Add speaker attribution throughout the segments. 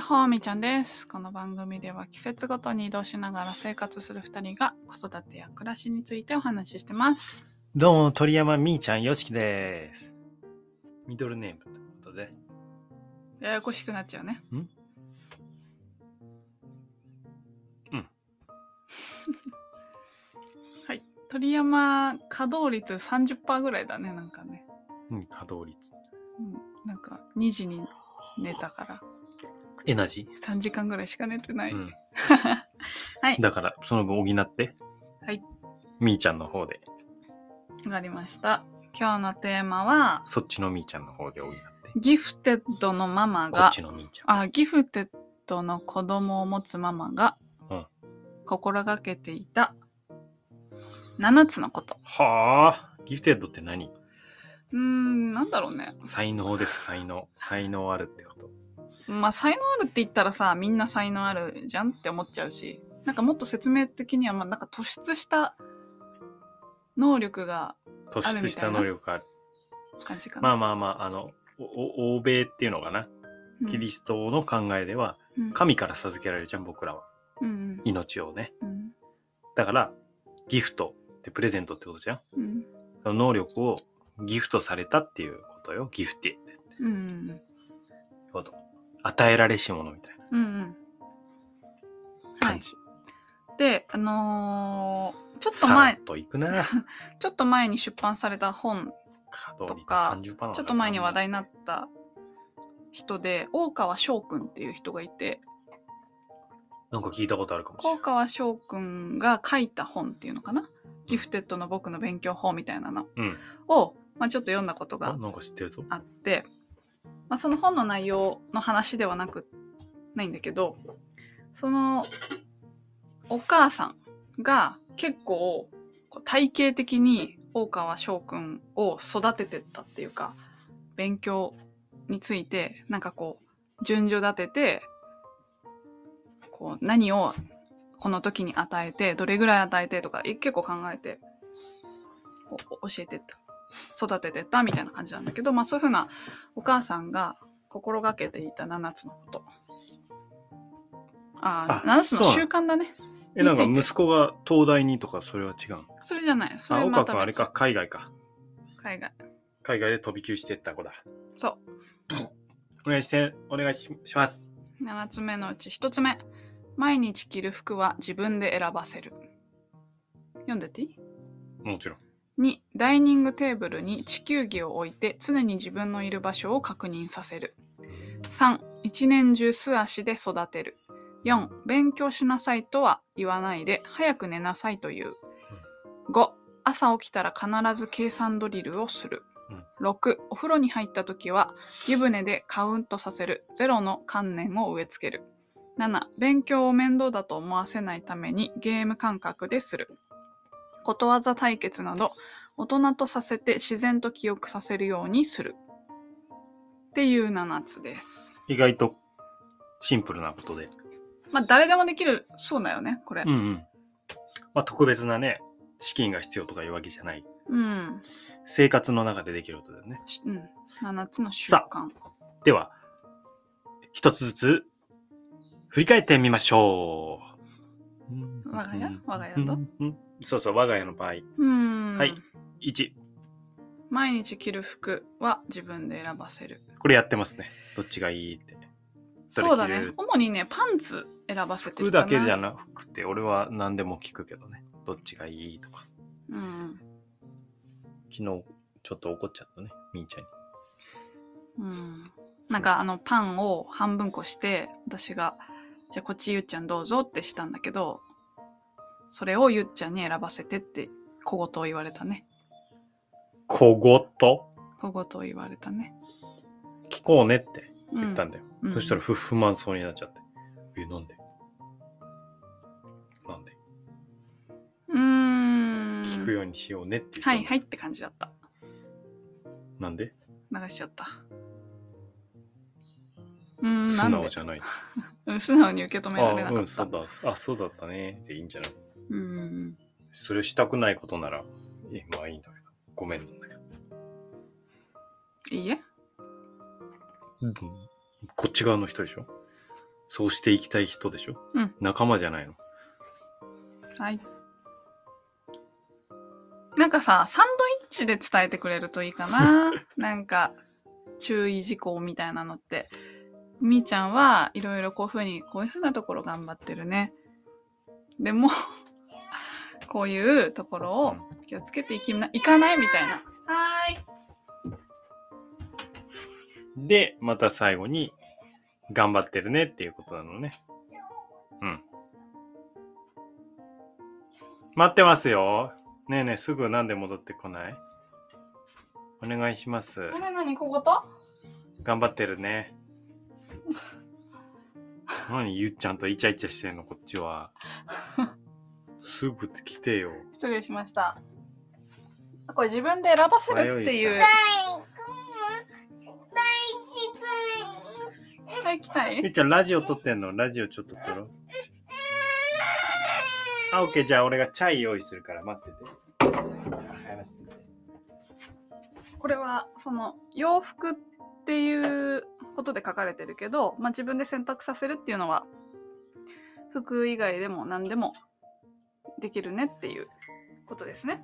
Speaker 1: ほうみちゃんです。この番組では季節ごとに移動しながら生活する2人が子育てや暮らしについてお話ししてます。
Speaker 2: どうも、鳥山みーちゃん、よしきです。ミドルネームということで。
Speaker 1: ややこしくなっちゃうね。
Speaker 2: んうん。
Speaker 1: はい。鳥山稼働率30%ぐらいだね、なんかね。
Speaker 2: うん、稼働率。
Speaker 1: うん。なんか2時に寝たから
Speaker 2: エナジ
Speaker 1: 3時間ぐらいしか寝てな
Speaker 2: ー。
Speaker 1: い。
Speaker 2: うん。
Speaker 1: はい。
Speaker 2: だから、その分補って。
Speaker 1: はい。
Speaker 2: みーちゃんの方で。
Speaker 1: わかりました。今日のテーマは
Speaker 2: そっちのみーちゃんの方で補って。
Speaker 1: ギフテッドのママ
Speaker 2: こっ
Speaker 1: が
Speaker 2: ちのみーちゃん。
Speaker 1: あギフテッドの子供を持つママが
Speaker 2: うん
Speaker 1: 心がけていた7つのこと
Speaker 2: はあ。ギフテッドって何
Speaker 1: うーんなんだろうね
Speaker 2: 才能です、才能。才能あるってこと。
Speaker 1: まあ才能あるって言ったらさみんな才能あるじゃんって思っちゃうしなんかもっと説明的にはまあなんか突出した能力が
Speaker 2: 突出した能力がある。
Speaker 1: 感じかな、
Speaker 2: まあまあまあ、あの、おお欧米っていうのかな。
Speaker 1: うん
Speaker 2: キリストの考えでは、
Speaker 1: うん
Speaker 2: 神から授けられるじゃん、僕らは。
Speaker 1: うん
Speaker 2: 命をね。
Speaker 1: うん
Speaker 2: だから、ギフトってプレゼントってことじゃん。
Speaker 1: うん
Speaker 2: その能力をギフトされたっていうことよ。ギフティって
Speaker 1: うんうん
Speaker 2: こと。与えられし者みたいな
Speaker 1: うんうんは
Speaker 2: 感
Speaker 1: い
Speaker 2: じ。
Speaker 1: であのーちょっと
Speaker 2: さら
Speaker 1: 前
Speaker 2: っとい くな。
Speaker 1: ちょっと前に出版された本
Speaker 2: 稼働率
Speaker 1: とか
Speaker 2: 30%パー
Speaker 1: ちょっと前に話題になった人で大川翔くんっていう人がいて
Speaker 2: なんか聞いたことあるかもしれ
Speaker 1: 大
Speaker 2: ない。
Speaker 1: 川翔くんが書いた本っていうのかな「ギフテッドの僕の勉強法」みたいなの
Speaker 2: うん。
Speaker 1: を、まあ、ちょっと読んだこと
Speaker 2: あ、
Speaker 1: が
Speaker 2: なんか知ってるぞ。
Speaker 1: あって、まあ、その本の内容の話ではなくないんだけどそのお母さんが結構こう体系的に大川翔くんを育ててったっていうか勉強についてなんかこう順序立ててこう何をこの時に与えてどれぐらい与えてとかえ結構考えてこう教えてった育ててったみたいな感じなんだけど、まあ、そういうふうなお母さんが心がけていた7つのことああ
Speaker 2: あ
Speaker 1: 7つの
Speaker 2: そうな
Speaker 1: 習
Speaker 2: の
Speaker 1: 慣だね
Speaker 2: え、なんか
Speaker 1: について
Speaker 2: 息子が東大にとかそれは違うの
Speaker 1: それじゃないそ
Speaker 2: あ、
Speaker 1: れ
Speaker 2: 岡
Speaker 1: ま
Speaker 2: く
Speaker 1: た
Speaker 2: ん
Speaker 1: 別
Speaker 2: あれか、海外か。
Speaker 1: 海外
Speaker 2: 海外で飛び級してった子だ。
Speaker 1: そう
Speaker 2: お願いして、お願いしします。
Speaker 1: 7つ目のうち1つ目毎日着る服は自分で選ばせる読んでっていい
Speaker 2: もちろん。
Speaker 1: 2ダイニングテーブルに地球儀を置いて常に自分のいる場所を確認させる3一年中素足で育てる4勉強しなさいとは言わないで早く寝なさいという5朝起きたら必ず計算ドリルをする6お風呂に入った時は湯船でカウントさせるゼロの観念を植え付ける7勉強を面倒だと思わせないためにゲーム感覚ですることわざ対決など大人とさせて自然と記憶させるようにするっていう7つです
Speaker 2: 意外とシンプルなことで。
Speaker 1: まあ誰でもできるそうだよねこれ
Speaker 2: うんうん。まあ、特別なね、資金が必要とかいうわけじゃない。
Speaker 1: うん、
Speaker 2: 生活の中でできることだよね。
Speaker 1: しうん、7つの習慣
Speaker 2: さでは、一つずつ、振り返ってみましょう。うん
Speaker 1: 我が家我が家だと
Speaker 2: うんうんそうそう、我が家の場合。
Speaker 1: うん、
Speaker 2: はい1、
Speaker 1: 毎日着る服は自分で選ばせる
Speaker 2: これやってますね。どっちがいいって。どれ着れる
Speaker 1: そうだね主にねパンツ選ばせて
Speaker 2: 服
Speaker 1: るかな
Speaker 2: だけじゃなくて、俺は何でも聞くけどね。どっちがいいとか。
Speaker 1: うん
Speaker 2: 昨日、ちょっと怒っちゃったね、みーちゃんに。
Speaker 1: うん、なんかあのパンを半分こして私が「じゃあこっちゆっちゃんどうぞ」ってしたんだけどそれをゆっちゃんに選ばせてって小言を言われたね
Speaker 2: 小言
Speaker 1: 小言を言われたね、
Speaker 2: 聞こうねって
Speaker 1: うん
Speaker 2: 言ったんだよ。
Speaker 1: うん
Speaker 2: そしたら不不満そうになっちゃって。え、なんでなんで
Speaker 1: うーん
Speaker 2: 聞くようにしようねって言った
Speaker 1: は
Speaker 2: の
Speaker 1: いはいって感じだった
Speaker 2: なんで
Speaker 1: 流しちゃったうーん
Speaker 2: 素
Speaker 1: なん
Speaker 2: 直
Speaker 1: で
Speaker 2: じゃない。
Speaker 1: うん素直に受け止められな
Speaker 2: あ、
Speaker 1: か
Speaker 2: う
Speaker 1: っ
Speaker 2: ん、
Speaker 1: た
Speaker 2: そうだ。あ、そうだったね。でいいんじゃない
Speaker 1: うん
Speaker 2: それしたくないことなら、え、まあいいんだけど。ごめんなんだけど。
Speaker 1: いいえ
Speaker 2: こっち側の人でしょそうしていきたい人でしょ
Speaker 1: うん
Speaker 2: 仲間じゃないの。
Speaker 1: はい。なんかさ、サンドイッチで伝えてくれるといいか な。なんか、注意事項みたいなのって。みーちゃんはいろいろこういうふうに、こういうふうなところ頑張ってるね。でも、こう いうところを気をつけていきな、いかないみたいな。はーい。
Speaker 2: で、また最後に、頑張ってるねっていうことなのね。うん。待ってますよ。ねえねえ、すぐなんで戻ってこないお願いします。
Speaker 1: これ何ここと
Speaker 2: 頑張ってるね。何ゆっちゃんとイチャイチャしてんのこっちは。すぐ来てよ。
Speaker 1: 失礼しました。これ自分で選ばせるっていう。下行きた
Speaker 2: ゆ
Speaker 1: い
Speaker 2: っちゃんラジオ撮ってんのラジオちょっと撮ろう。あ、オッケーじゃあ俺がチャイ用意するから待ってて。話してて
Speaker 1: これはその洋服っていうことで書かれてるけど、まあ、自分で選択させるっていうのは服以外でも何でもできるねっていうことですね。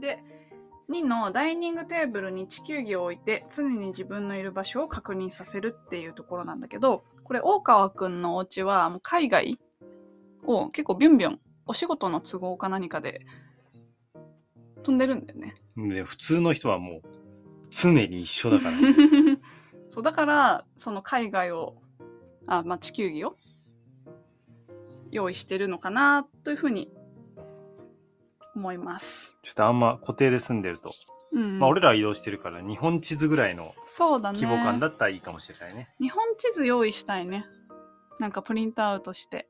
Speaker 1: で2のダイニングテーブルに地球儀を置いて常に自分のいる場所を確認させるっていうところなんだけどこれ大川くんのお家はもう海外を結構ビュンビュンお仕事の都合か何かで飛んでるんだよね。
Speaker 2: で普通の人はもう常に一緒だ から、ね。
Speaker 1: そうだからその海外をあ、まあ、地球儀を用意してるのかなというふうに思います。
Speaker 2: ちょっとあんま固定で住んでると。
Speaker 1: うん
Speaker 2: まあ俺らは移動してるから日本地図ぐらいの
Speaker 1: そうだね
Speaker 2: 規模感だったらいいかもしれないね。
Speaker 1: 日本地図用意したいねなんかプリントアウトして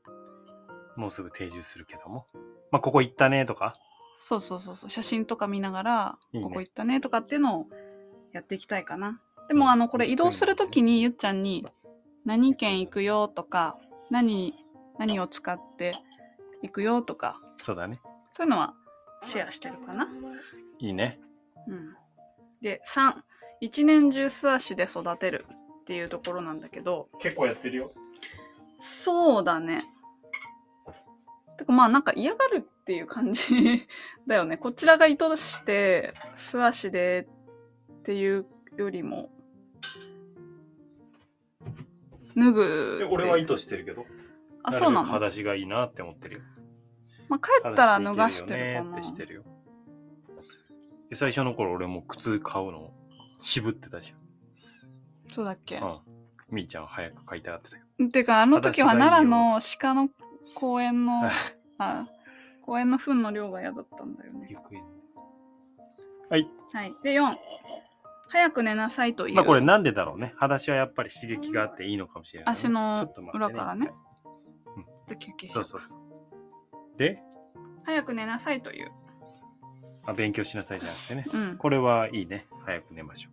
Speaker 2: もうすぐ定住するけども。まあここ行ったねとか。
Speaker 1: そうそうそうそう写真とか見ながら
Speaker 2: いいね
Speaker 1: ここ行ったねとかっていうのをやっていきたいかなでもあのこれ移動するときにゆっちゃんに「何県行くよ」とか「何何を使って行くよ」とか
Speaker 2: そうだね。
Speaker 1: そういうのはシェアしてるかな。
Speaker 2: いいね。
Speaker 1: うん、で3一年中素足で育てるっていうところなんだけど
Speaker 2: 結構やってるよ。
Speaker 1: そうだね。てかまあなんか嫌がるっていう感じ だよね。こちらが意図して素足でっていうよりも脱ぐっていう。
Speaker 2: 図してるけど。
Speaker 1: あそうなの、
Speaker 2: るべく裸足がいいなって思ってるよ。
Speaker 1: まあ、帰ったら脱がしてるか
Speaker 2: 裸足でいけよね
Speaker 1: な
Speaker 2: ってしてるよ。で最初の頃俺も靴買うの渋ってたじ
Speaker 1: そうだっけ
Speaker 2: ゃん。うん。みーちゃんは早く買いたがってたよ。
Speaker 1: てかあの時は
Speaker 2: 私がいいよ
Speaker 1: 奈良の鹿の公園 の
Speaker 2: 行
Speaker 1: あ公園の糞の量が嫌だったんだよね。
Speaker 2: 方はい。
Speaker 1: はい、で4早く寝なさいという、
Speaker 2: まあこれなんでだろうね。裸足はやっぱり刺激があっていいのかもしれない、
Speaker 1: 足の
Speaker 2: ちょっと待って
Speaker 1: 裏からね
Speaker 2: 一
Speaker 1: で休憩し
Speaker 2: 回
Speaker 1: よ
Speaker 2: そうう
Speaker 1: か
Speaker 2: そうそう。で、
Speaker 1: 早く寝なさいという、
Speaker 2: あ、勉強しなさいじゃなくてね。
Speaker 1: うん、
Speaker 2: これはいいね。早く寝ましょ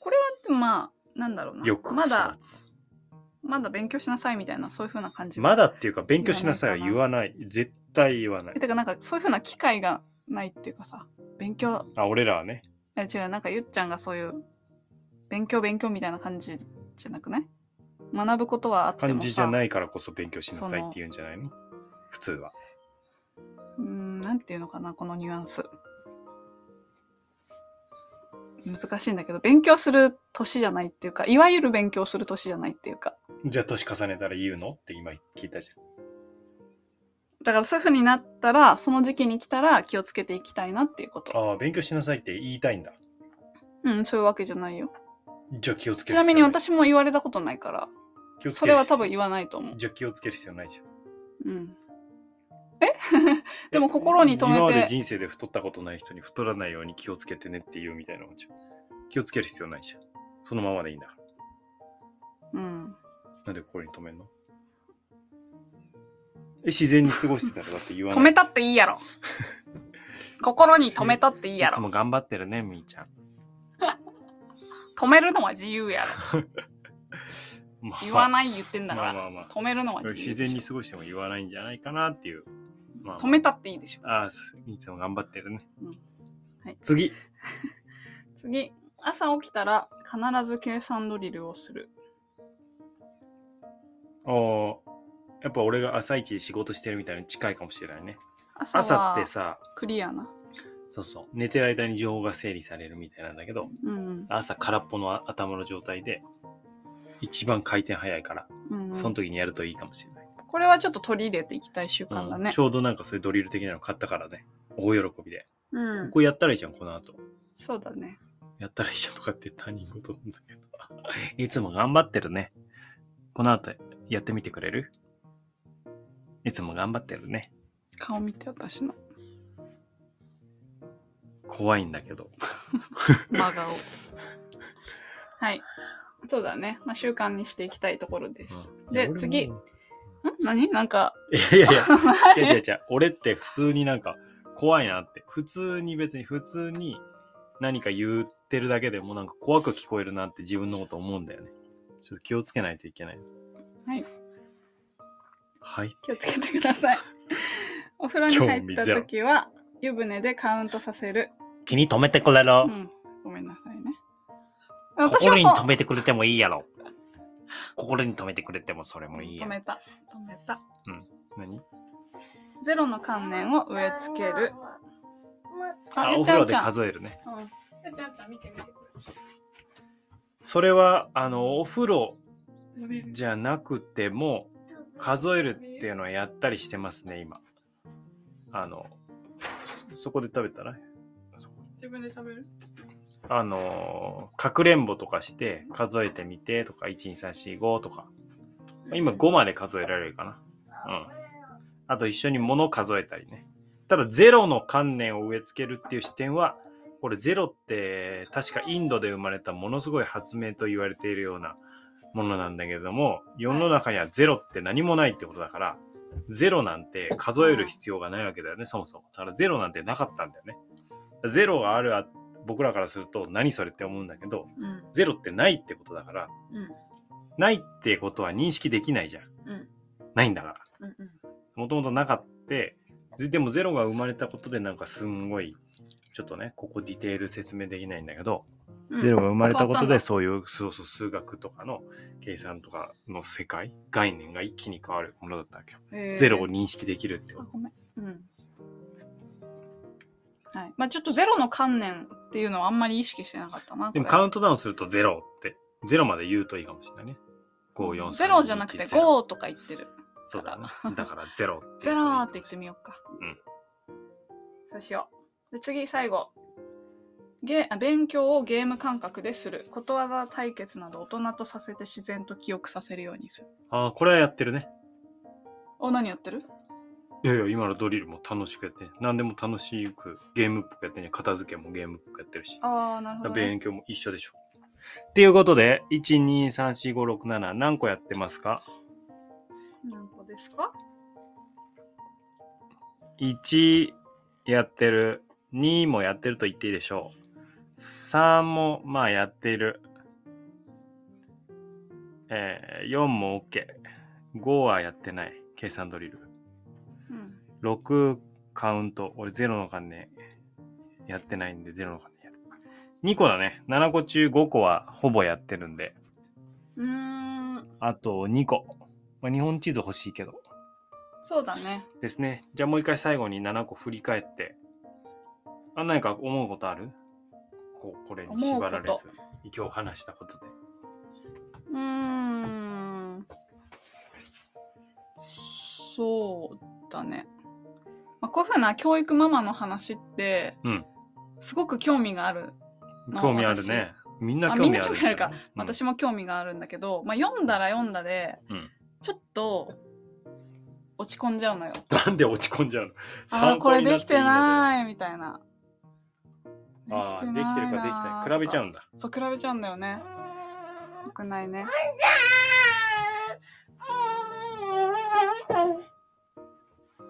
Speaker 1: これはまあなんだろうな
Speaker 2: う。よく
Speaker 1: ま
Speaker 2: 育
Speaker 1: だ
Speaker 2: つ。
Speaker 1: まだ勉強しなさいみたいなそういうふうな感じ
Speaker 2: まだっていうか、勉強しなさいは言わない。絶対言わない
Speaker 1: え。てかなんかそういうふうな機会がないっていうかさ勉強
Speaker 2: あ、俺らはね。
Speaker 1: え違うなんかゆっちゃんがそういう勉強勉強みたいな感じじゃなくない学ぶことはあってもさ
Speaker 2: 感じじゃないいからこそ勉強しなさいって言うんじゃないの普通は。
Speaker 1: うんなんていうのかなこのニュアンス難しいんだけど勉強する年じゃないっていうかいわゆる勉強する年じゃないっていうか
Speaker 2: じゃあ年重ねたら言うのって今聞いたじゃん。
Speaker 1: だからそういうふうになったらその時期に来たら気をつけていきたいなっていうこと
Speaker 2: ああ、勉強しなさいって言いたいんだ。
Speaker 1: うんそういうわけじゃないよ
Speaker 2: じゃあ気をつ
Speaker 1: ち
Speaker 2: ける必要
Speaker 1: ないみに、私も言われたことないから
Speaker 2: 気をつ
Speaker 1: そ
Speaker 2: ける必要
Speaker 1: れは多分言わないと思う、
Speaker 2: じゃあ気をつける必要ないじゃん。
Speaker 1: うん、 でも心に留めて
Speaker 2: 今まで人生で太ったことない人に太らないように気をつけてねって言うみたいなもんじゃん。気をつける必要ないじゃん。そのままでいいんだから。
Speaker 1: うん、
Speaker 2: なんで心に止めんのえ、自然に過ごしてたらだって言わ
Speaker 1: 止
Speaker 2: ない。
Speaker 1: めたっていいや ろ心に止めたっていいや
Speaker 2: いつ
Speaker 1: ろ
Speaker 2: も頑張ってるね、みーちゃん。
Speaker 1: 止めるのは自由やろ
Speaker 2: まあ
Speaker 1: 言わない言ってんだから、
Speaker 2: まあまあまあ
Speaker 1: 止めるのは自由
Speaker 2: 自然に過ごしても言わないんじゃないかなっていう。まあまあ
Speaker 1: 止めたっていいでしょ
Speaker 2: ああ、そういつも頑張ってるね。
Speaker 1: うんはい
Speaker 2: 次。
Speaker 1: 次朝起きたら必ず計算ドリルをする
Speaker 2: ああ。やっぱ俺が朝一で仕事してるみたいに近いかもしれないね。
Speaker 1: 朝
Speaker 2: 朝
Speaker 1: は
Speaker 2: ってさ、
Speaker 1: クリアな。
Speaker 2: そうそう、寝てる間に情報が整理されるみたいなんだけど、
Speaker 1: うん。
Speaker 2: 朝空っぽのあ頭の状態で、一番回転早いから、
Speaker 1: うん、
Speaker 2: その時にやるといいかもしれない。
Speaker 1: これはちょっと取り入れていきたい習
Speaker 2: うん
Speaker 1: 慣だね
Speaker 2: ち。ょうどなんかそういうドリル的なの買ったからね、大喜びで。
Speaker 1: うん。
Speaker 2: ここやったらいいじゃん、この後。
Speaker 1: そうだね。
Speaker 2: やったらいいじゃんとかって他人事なんだけど。いつも頑張ってるね。この後やってみてくれるいつも頑張ってるね。
Speaker 1: 顔見て私の
Speaker 2: 怖いんだけど。
Speaker 1: 真 顔。はい。そうだね。まあ、習慣にしていきたいところです。
Speaker 2: い
Speaker 1: で
Speaker 2: や俺も
Speaker 1: 次
Speaker 2: い
Speaker 1: ん何なんか、
Speaker 2: やいやいや。違う違う
Speaker 1: 前
Speaker 2: 違う。俺って普通になんか怖いなって。普通に別に普通に何か言ってるだけでもなんか怖く聞こえるなって自分のこと思うんだよね。ちょっと気をつけないといけない。
Speaker 1: はい。
Speaker 2: はい。
Speaker 1: 気をつけてください。お風呂に入った時は、湯船でカウントさせる。
Speaker 2: 気に留めてくれろ
Speaker 1: うん。ごめんなさいね。私はそう。
Speaker 2: めてくれてもいいや ろ。心に止めてくれてもそれも
Speaker 1: 止めた。止めた。
Speaker 2: 何
Speaker 1: ゼロの観念を植え付ける。
Speaker 2: あ、お
Speaker 1: ゆ
Speaker 2: 風呂
Speaker 1: う
Speaker 2: で
Speaker 1: ちゃん。
Speaker 2: 数えるね。
Speaker 1: うんゆうちゃんちゃん見て見て。
Speaker 2: それは、あの、お風呂じゃなくても、数えるっていうのはやったりしてますね、今。あの、そそこで食べたら
Speaker 1: 自分で食べる
Speaker 2: あの、かくれんぼとかして数えてみてとか、12345とか。今5まで数えられるかな。うん。あと一緒に物を数えたりね。ただゼロの観念を植え付けるっていう視点は、これゼロって確かインドで生まれたものすごい発明と言われているようなものなんだけれども、世の中にはゼロって何もないってことだから、ゼロなんて数える必要がないわけだよね、そもそも。だからゼロなんてなかったんだよね。ゼロがあるあ僕らからすると何それって思うんだけど、
Speaker 1: うん。
Speaker 2: ゼロってないってことだから、
Speaker 1: うん。
Speaker 2: ないってことは認識できないじゃん。
Speaker 1: うん
Speaker 2: ないんだか
Speaker 1: う
Speaker 2: ら。
Speaker 1: んうん。
Speaker 2: もともとなかった。でもゼロが生まれたことでなんかすんごい、ちょっとね、ここディテール説明できないんだけど、
Speaker 1: うん
Speaker 2: ゼロが生まれたことで
Speaker 1: 変わっ
Speaker 2: そういう、そうそう、数学とかの計算とかの世界、概念が一気に変わるものだったわけよ。
Speaker 1: たんだへー
Speaker 2: ゼロを認識できるってこ
Speaker 1: あ
Speaker 2: と。
Speaker 1: ごめん。うん。はい。まあちょっとゼロの観念っていうのはあんまり意識してなかったな。
Speaker 2: でも
Speaker 1: これ
Speaker 2: カウントダウンするとゼロって、ゼロまで言うといいかもしれないね。5、4、3。
Speaker 1: ゼロじゃなくて
Speaker 2: 2 1 0
Speaker 1: 5とか言ってる。
Speaker 2: そうだね。だからゼロって言うといい
Speaker 1: ゼ
Speaker 2: かもしれ
Speaker 1: ロ
Speaker 2: な
Speaker 1: っ
Speaker 2: い。
Speaker 1: て言ってみようか。
Speaker 2: うん。
Speaker 1: そうしよう。で次、最後。ゲあ勉強をゲーム感覚でする。ことわざ対決など大人とさせて自然と記憶させるようにする。
Speaker 2: ああ、これはやってるね。
Speaker 1: お、何やってる
Speaker 2: いやいや、今のドリルも楽しくやって、何でも楽しくゲームっぽくやってね、片付けもゲームっぽくやってるし、
Speaker 1: ああ、なるほど、ね。
Speaker 2: 勉強も一緒でしょ。っていうことで、1、2、3、4、5、6、7、何個やってますか
Speaker 1: 何個ですか
Speaker 2: ?1 やってる、2もやってると言っていいでしょう。3もまあやっている。えー、4も OK。5はやってない。計算ドリル。
Speaker 1: うん。
Speaker 2: 6カウント。俺0の観念やってないんで0の観念やる。2個だね。7個中5個はほぼやってるんで。
Speaker 1: うーん、
Speaker 2: あと2個。まあ、日本地図欲しいけど。
Speaker 1: そうだね。
Speaker 2: ですね。じゃあもう一回最後に7個振り返って。あ、何か思うことあるこう、これに縛られ
Speaker 1: 思う
Speaker 2: ず。今日話したことで。
Speaker 1: うーん。そうだね。まあ、こういうふうな教育ママの話って、
Speaker 2: うん
Speaker 1: すごく興味がある。まあ
Speaker 2: 興味あるね。みんな
Speaker 1: あ
Speaker 2: 興味
Speaker 1: み
Speaker 2: あ
Speaker 1: んな興
Speaker 2: るけ
Speaker 1: 味
Speaker 2: ど
Speaker 1: あ
Speaker 2: ね、
Speaker 1: るか
Speaker 2: うん
Speaker 1: 私も興味があるんだけど、まあ、読んだら読んだで、
Speaker 2: うん
Speaker 1: ちょっと落ち込んじゃうのよ。
Speaker 2: なんで落ち込んじゃうの
Speaker 1: ああ、
Speaker 2: 参
Speaker 1: こ
Speaker 2: 考
Speaker 1: れ
Speaker 2: にな
Speaker 1: で
Speaker 2: っ
Speaker 1: きて
Speaker 2: いいね
Speaker 1: ないみたいな。
Speaker 2: じゃああー、できてるかできてない。比べちゃ
Speaker 1: う
Speaker 2: うんだ。
Speaker 1: そう、比べちゃうんだよね。よくないね。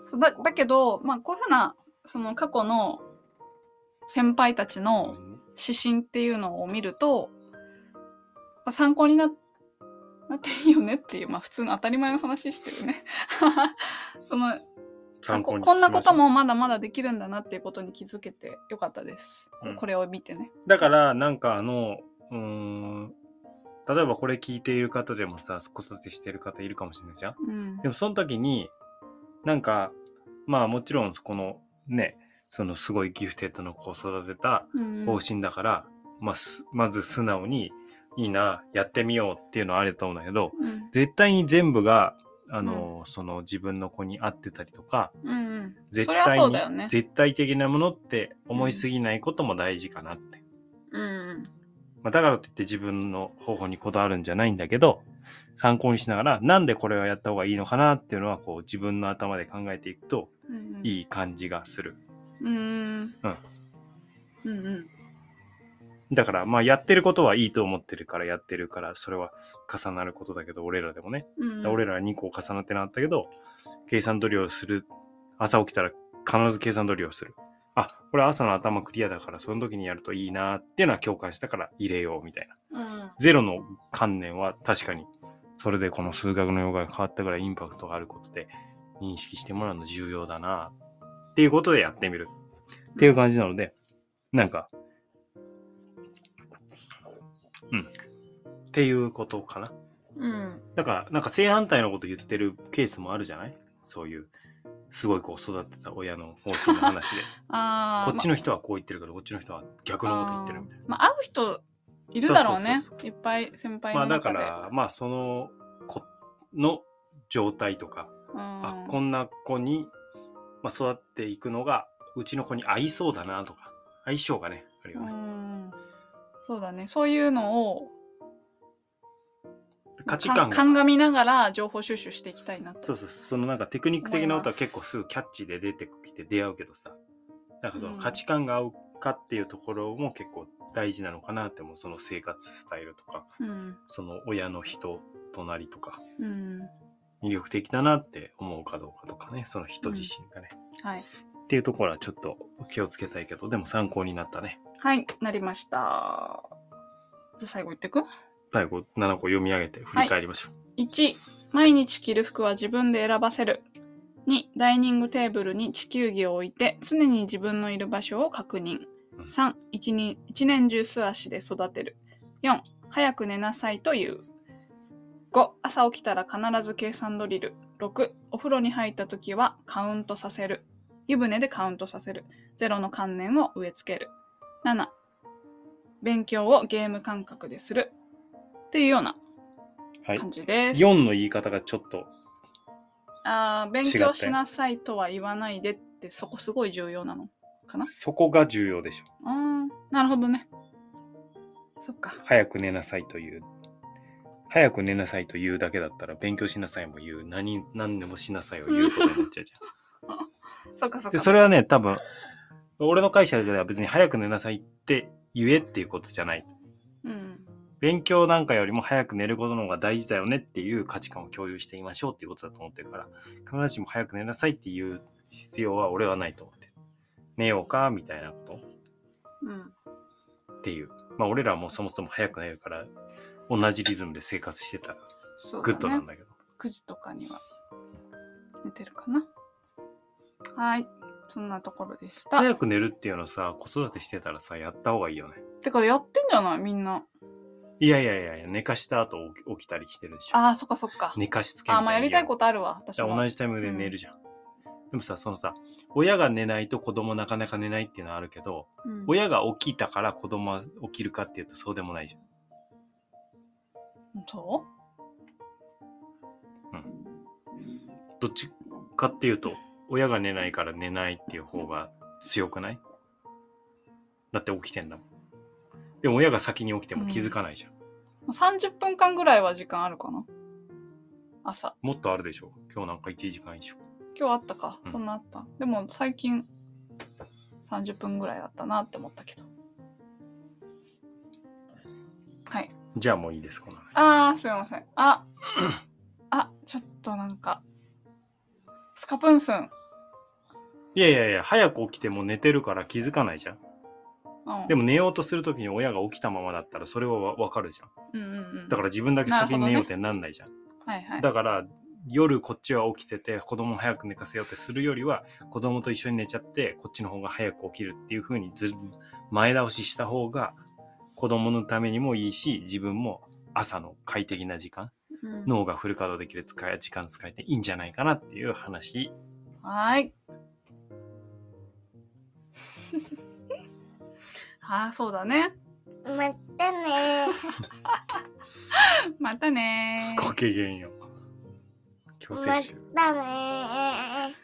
Speaker 1: そうだだけど、まあ、こういうふうなその過去の先輩たちの指針っていうのを見ると、まあ参考にななっていいよねっていう、まあ、普通の当たり前の話してるね。 その
Speaker 2: 参考
Speaker 1: こ
Speaker 2: に
Speaker 1: こんな
Speaker 2: し
Speaker 1: こ
Speaker 2: ましょ
Speaker 1: と
Speaker 2: う
Speaker 1: もまだまだできるんだなっていうことに気づけてよかったです。こ
Speaker 2: うん
Speaker 1: これを見てね。
Speaker 2: だからなんかあのうーん例えばこれ聞いている方でもさ、子育てしてる方いるかもしれないじゃん。
Speaker 1: うん
Speaker 2: でもその時に、なんか、まあもちろんこのね、そのすごいギフテッドの子を育てた
Speaker 1: うん
Speaker 2: 方針だから、まあすまず素直にいいな、やってみようっていうのはあると思うんだけど、
Speaker 1: うん
Speaker 2: 絶対に全部が、あの、その自分の子に合ってたりとか、
Speaker 1: うんうん
Speaker 2: 絶
Speaker 1: それは
Speaker 2: 対
Speaker 1: そう
Speaker 2: に、
Speaker 1: だよね
Speaker 2: 絶対的なものって思いすぎないことも大事かなって。
Speaker 1: うん
Speaker 2: まあ、だからといって自分の方法にこだわるんじゃないんだけど、参考にしながら、なんでこれをやった方がいいのかなっていうのは、こう自分の頭で考えていくと、
Speaker 1: うんい
Speaker 2: いい感じがする。
Speaker 1: うんうんうん
Speaker 2: だから、まあ、やってることはいいと思ってるからやってるから、それは重なることだけど、俺らでもね。
Speaker 1: うん
Speaker 2: 俺らは2個重なってなったけど、計算取りをする。朝起きたら必ず計算取りをする。あ、これ朝の頭クリアだから、その時にやるといいなっていうのは共感したから入れようみたいな。
Speaker 1: うん
Speaker 2: ゼロの観念は確かに、それでこの数学の用語が変わったぐらいインパクトがあることで認識してもらうの重要だな、っていうことでやってみるっていう感じなので、なんか、うん。っていうことかな。
Speaker 1: うん
Speaker 2: だから、なんか正反対のこと言ってるケースもあるじゃないそういう、すごいこう育てた親の方針の話で。
Speaker 1: ああ
Speaker 2: こっちの人はこう言ってるけど、こっちの人は逆のこと言ってるみたいな。
Speaker 1: まあ会う人いるだろうね
Speaker 2: そうそうそう
Speaker 1: いっぱい先輩
Speaker 2: まあ
Speaker 1: の
Speaker 2: だか
Speaker 1: 中で
Speaker 2: ら、まあその子の状態とか、あこ
Speaker 1: うん
Speaker 2: んな子に、まあ、育っていくのがうちの子に合いそうだなとか相性がねあるよ
Speaker 1: う
Speaker 2: ね、
Speaker 1: んそうだねそういうのを
Speaker 2: 価値
Speaker 1: か
Speaker 2: 観が
Speaker 1: 鑑みながら情報収集していきたいなって
Speaker 2: そうそうそのなんかテクニック的なことは結構すぐキャッチで出てきて出会うけどさなんかその
Speaker 1: うん
Speaker 2: 価値観が合うかっていうところも結構大事なのかなって思うその生活スタイルとか
Speaker 1: うん
Speaker 2: その親の人となりとか
Speaker 1: うん
Speaker 2: 魅力的だなって思うかどうかとかねその人自身がね、
Speaker 1: はい
Speaker 2: っていうところはちょっと気をつけたいけどでも参考になったね
Speaker 1: はいなりましたじゃあ最後言ってく
Speaker 2: 最後7個読み上げて振り返りましょう、
Speaker 1: 1毎日着る服は自分で選ばせる2ダイニングテーブルに地球儀を置いて常に自分のいる場所を確認
Speaker 2: うん
Speaker 1: 3一日一年中素足で育てる4早く寝なさいという5朝起きたら必ず計算ドリル6お風呂に入った時はカウントさせる湯船でカウントさせる0の観念を植え付ける7勉強をゲーム感覚でするっていうような
Speaker 2: はい
Speaker 1: 感じです。
Speaker 2: 4の言い方がちょっと
Speaker 1: ああ、勉
Speaker 2: 違っ
Speaker 1: 強
Speaker 2: て
Speaker 1: しなさいとは言わないでって、そこすごい重要なのかな
Speaker 2: そこが重要でしょ
Speaker 1: あーなるほどね。そっか。
Speaker 2: 早く寝なさいという早く寝なさいというだけだったら勉強しなさいも言う何何でもしなさいを言うことになっちゃうじゃ
Speaker 1: そっかそ っか。
Speaker 2: んでそれはね多分俺の会社では別に早く寝なさいって言えっていうことじゃない
Speaker 1: うん。
Speaker 2: 勉強なんかよりも早く寝ることの方が大事だよねっていう価値観を共有していましょうっていうことだと思ってるから、必ずしも早く寝なさいっていう必要は俺はないと思ってる。寝ようかみたいなこ
Speaker 1: うん。
Speaker 2: とっていう。まあ俺らもそもそも早く寝るから、同じリズムで生活してたら
Speaker 1: そう
Speaker 2: グッド
Speaker 1: だ
Speaker 2: な
Speaker 1: ね
Speaker 2: ん。だけど。
Speaker 1: 9時とかには寝てるかな。はい。そんなところでした。
Speaker 2: 早く寝るっていうのさ、子育てしてたらさ、やった方がいいよね。
Speaker 1: てか、やってんじゃないみんな。
Speaker 2: いやいやいやいや、寝かした後起き起きたりしてるでしょ。
Speaker 1: ああ、そっかそっか。
Speaker 2: 寝かしつけ
Speaker 1: あーまあやりたい
Speaker 2: と
Speaker 1: ことあるわ。私
Speaker 2: じゃ
Speaker 1: も。
Speaker 2: あ同じタイミングで寝るじゃん。でもさ、そのさ、親が寝ないと子供なかなか寝ないっていうのはあるけど、
Speaker 1: うん
Speaker 2: 親が起きたから子供は起きるかっていうとそうでもないじゃん。
Speaker 1: そ
Speaker 2: どっちかっていうと、親が寝ないから寝ないっていう方が強くないだって起きてんだもん。でも親が先に起きても気づかないじゃん。
Speaker 1: う ?30 分間ぐらいは時間あるかな朝。
Speaker 2: もっとあるでしょ今日なんか1時間以上。
Speaker 1: 今日あったか、
Speaker 2: うん
Speaker 1: そんなあったでも最近30分ぐらいだったなって思ったけどはい
Speaker 2: じゃあもういいです、この話。
Speaker 1: あーすいません ああちょっとなんかスカプンスン、
Speaker 2: いやいやいや、早く起きても寝てるから気づかないじゃん。
Speaker 1: うん、
Speaker 2: でも寝ようとするときに親が起きたままだったらそれはわわかるじゃん。
Speaker 1: うんうんうん
Speaker 2: だから自分だけ先に寝ようってなんないじゃん。
Speaker 1: らはいはい
Speaker 2: だから夜こっちは起きてて子供を早く寝かせようってするよりは子供と一緒に寝ちゃってこっちの方が早く起きるっていう風にず前倒しした方が子供のためにもいいし自分も朝の快適な時間、
Speaker 1: うん
Speaker 2: 脳がフル稼働できる使い時間使えていいんじゃないかなっていう話。
Speaker 1: はーい。 ああ、そうだね。
Speaker 3: またね
Speaker 1: またねー。
Speaker 2: ごきげんよう。強制
Speaker 3: ま
Speaker 2: 終
Speaker 3: たね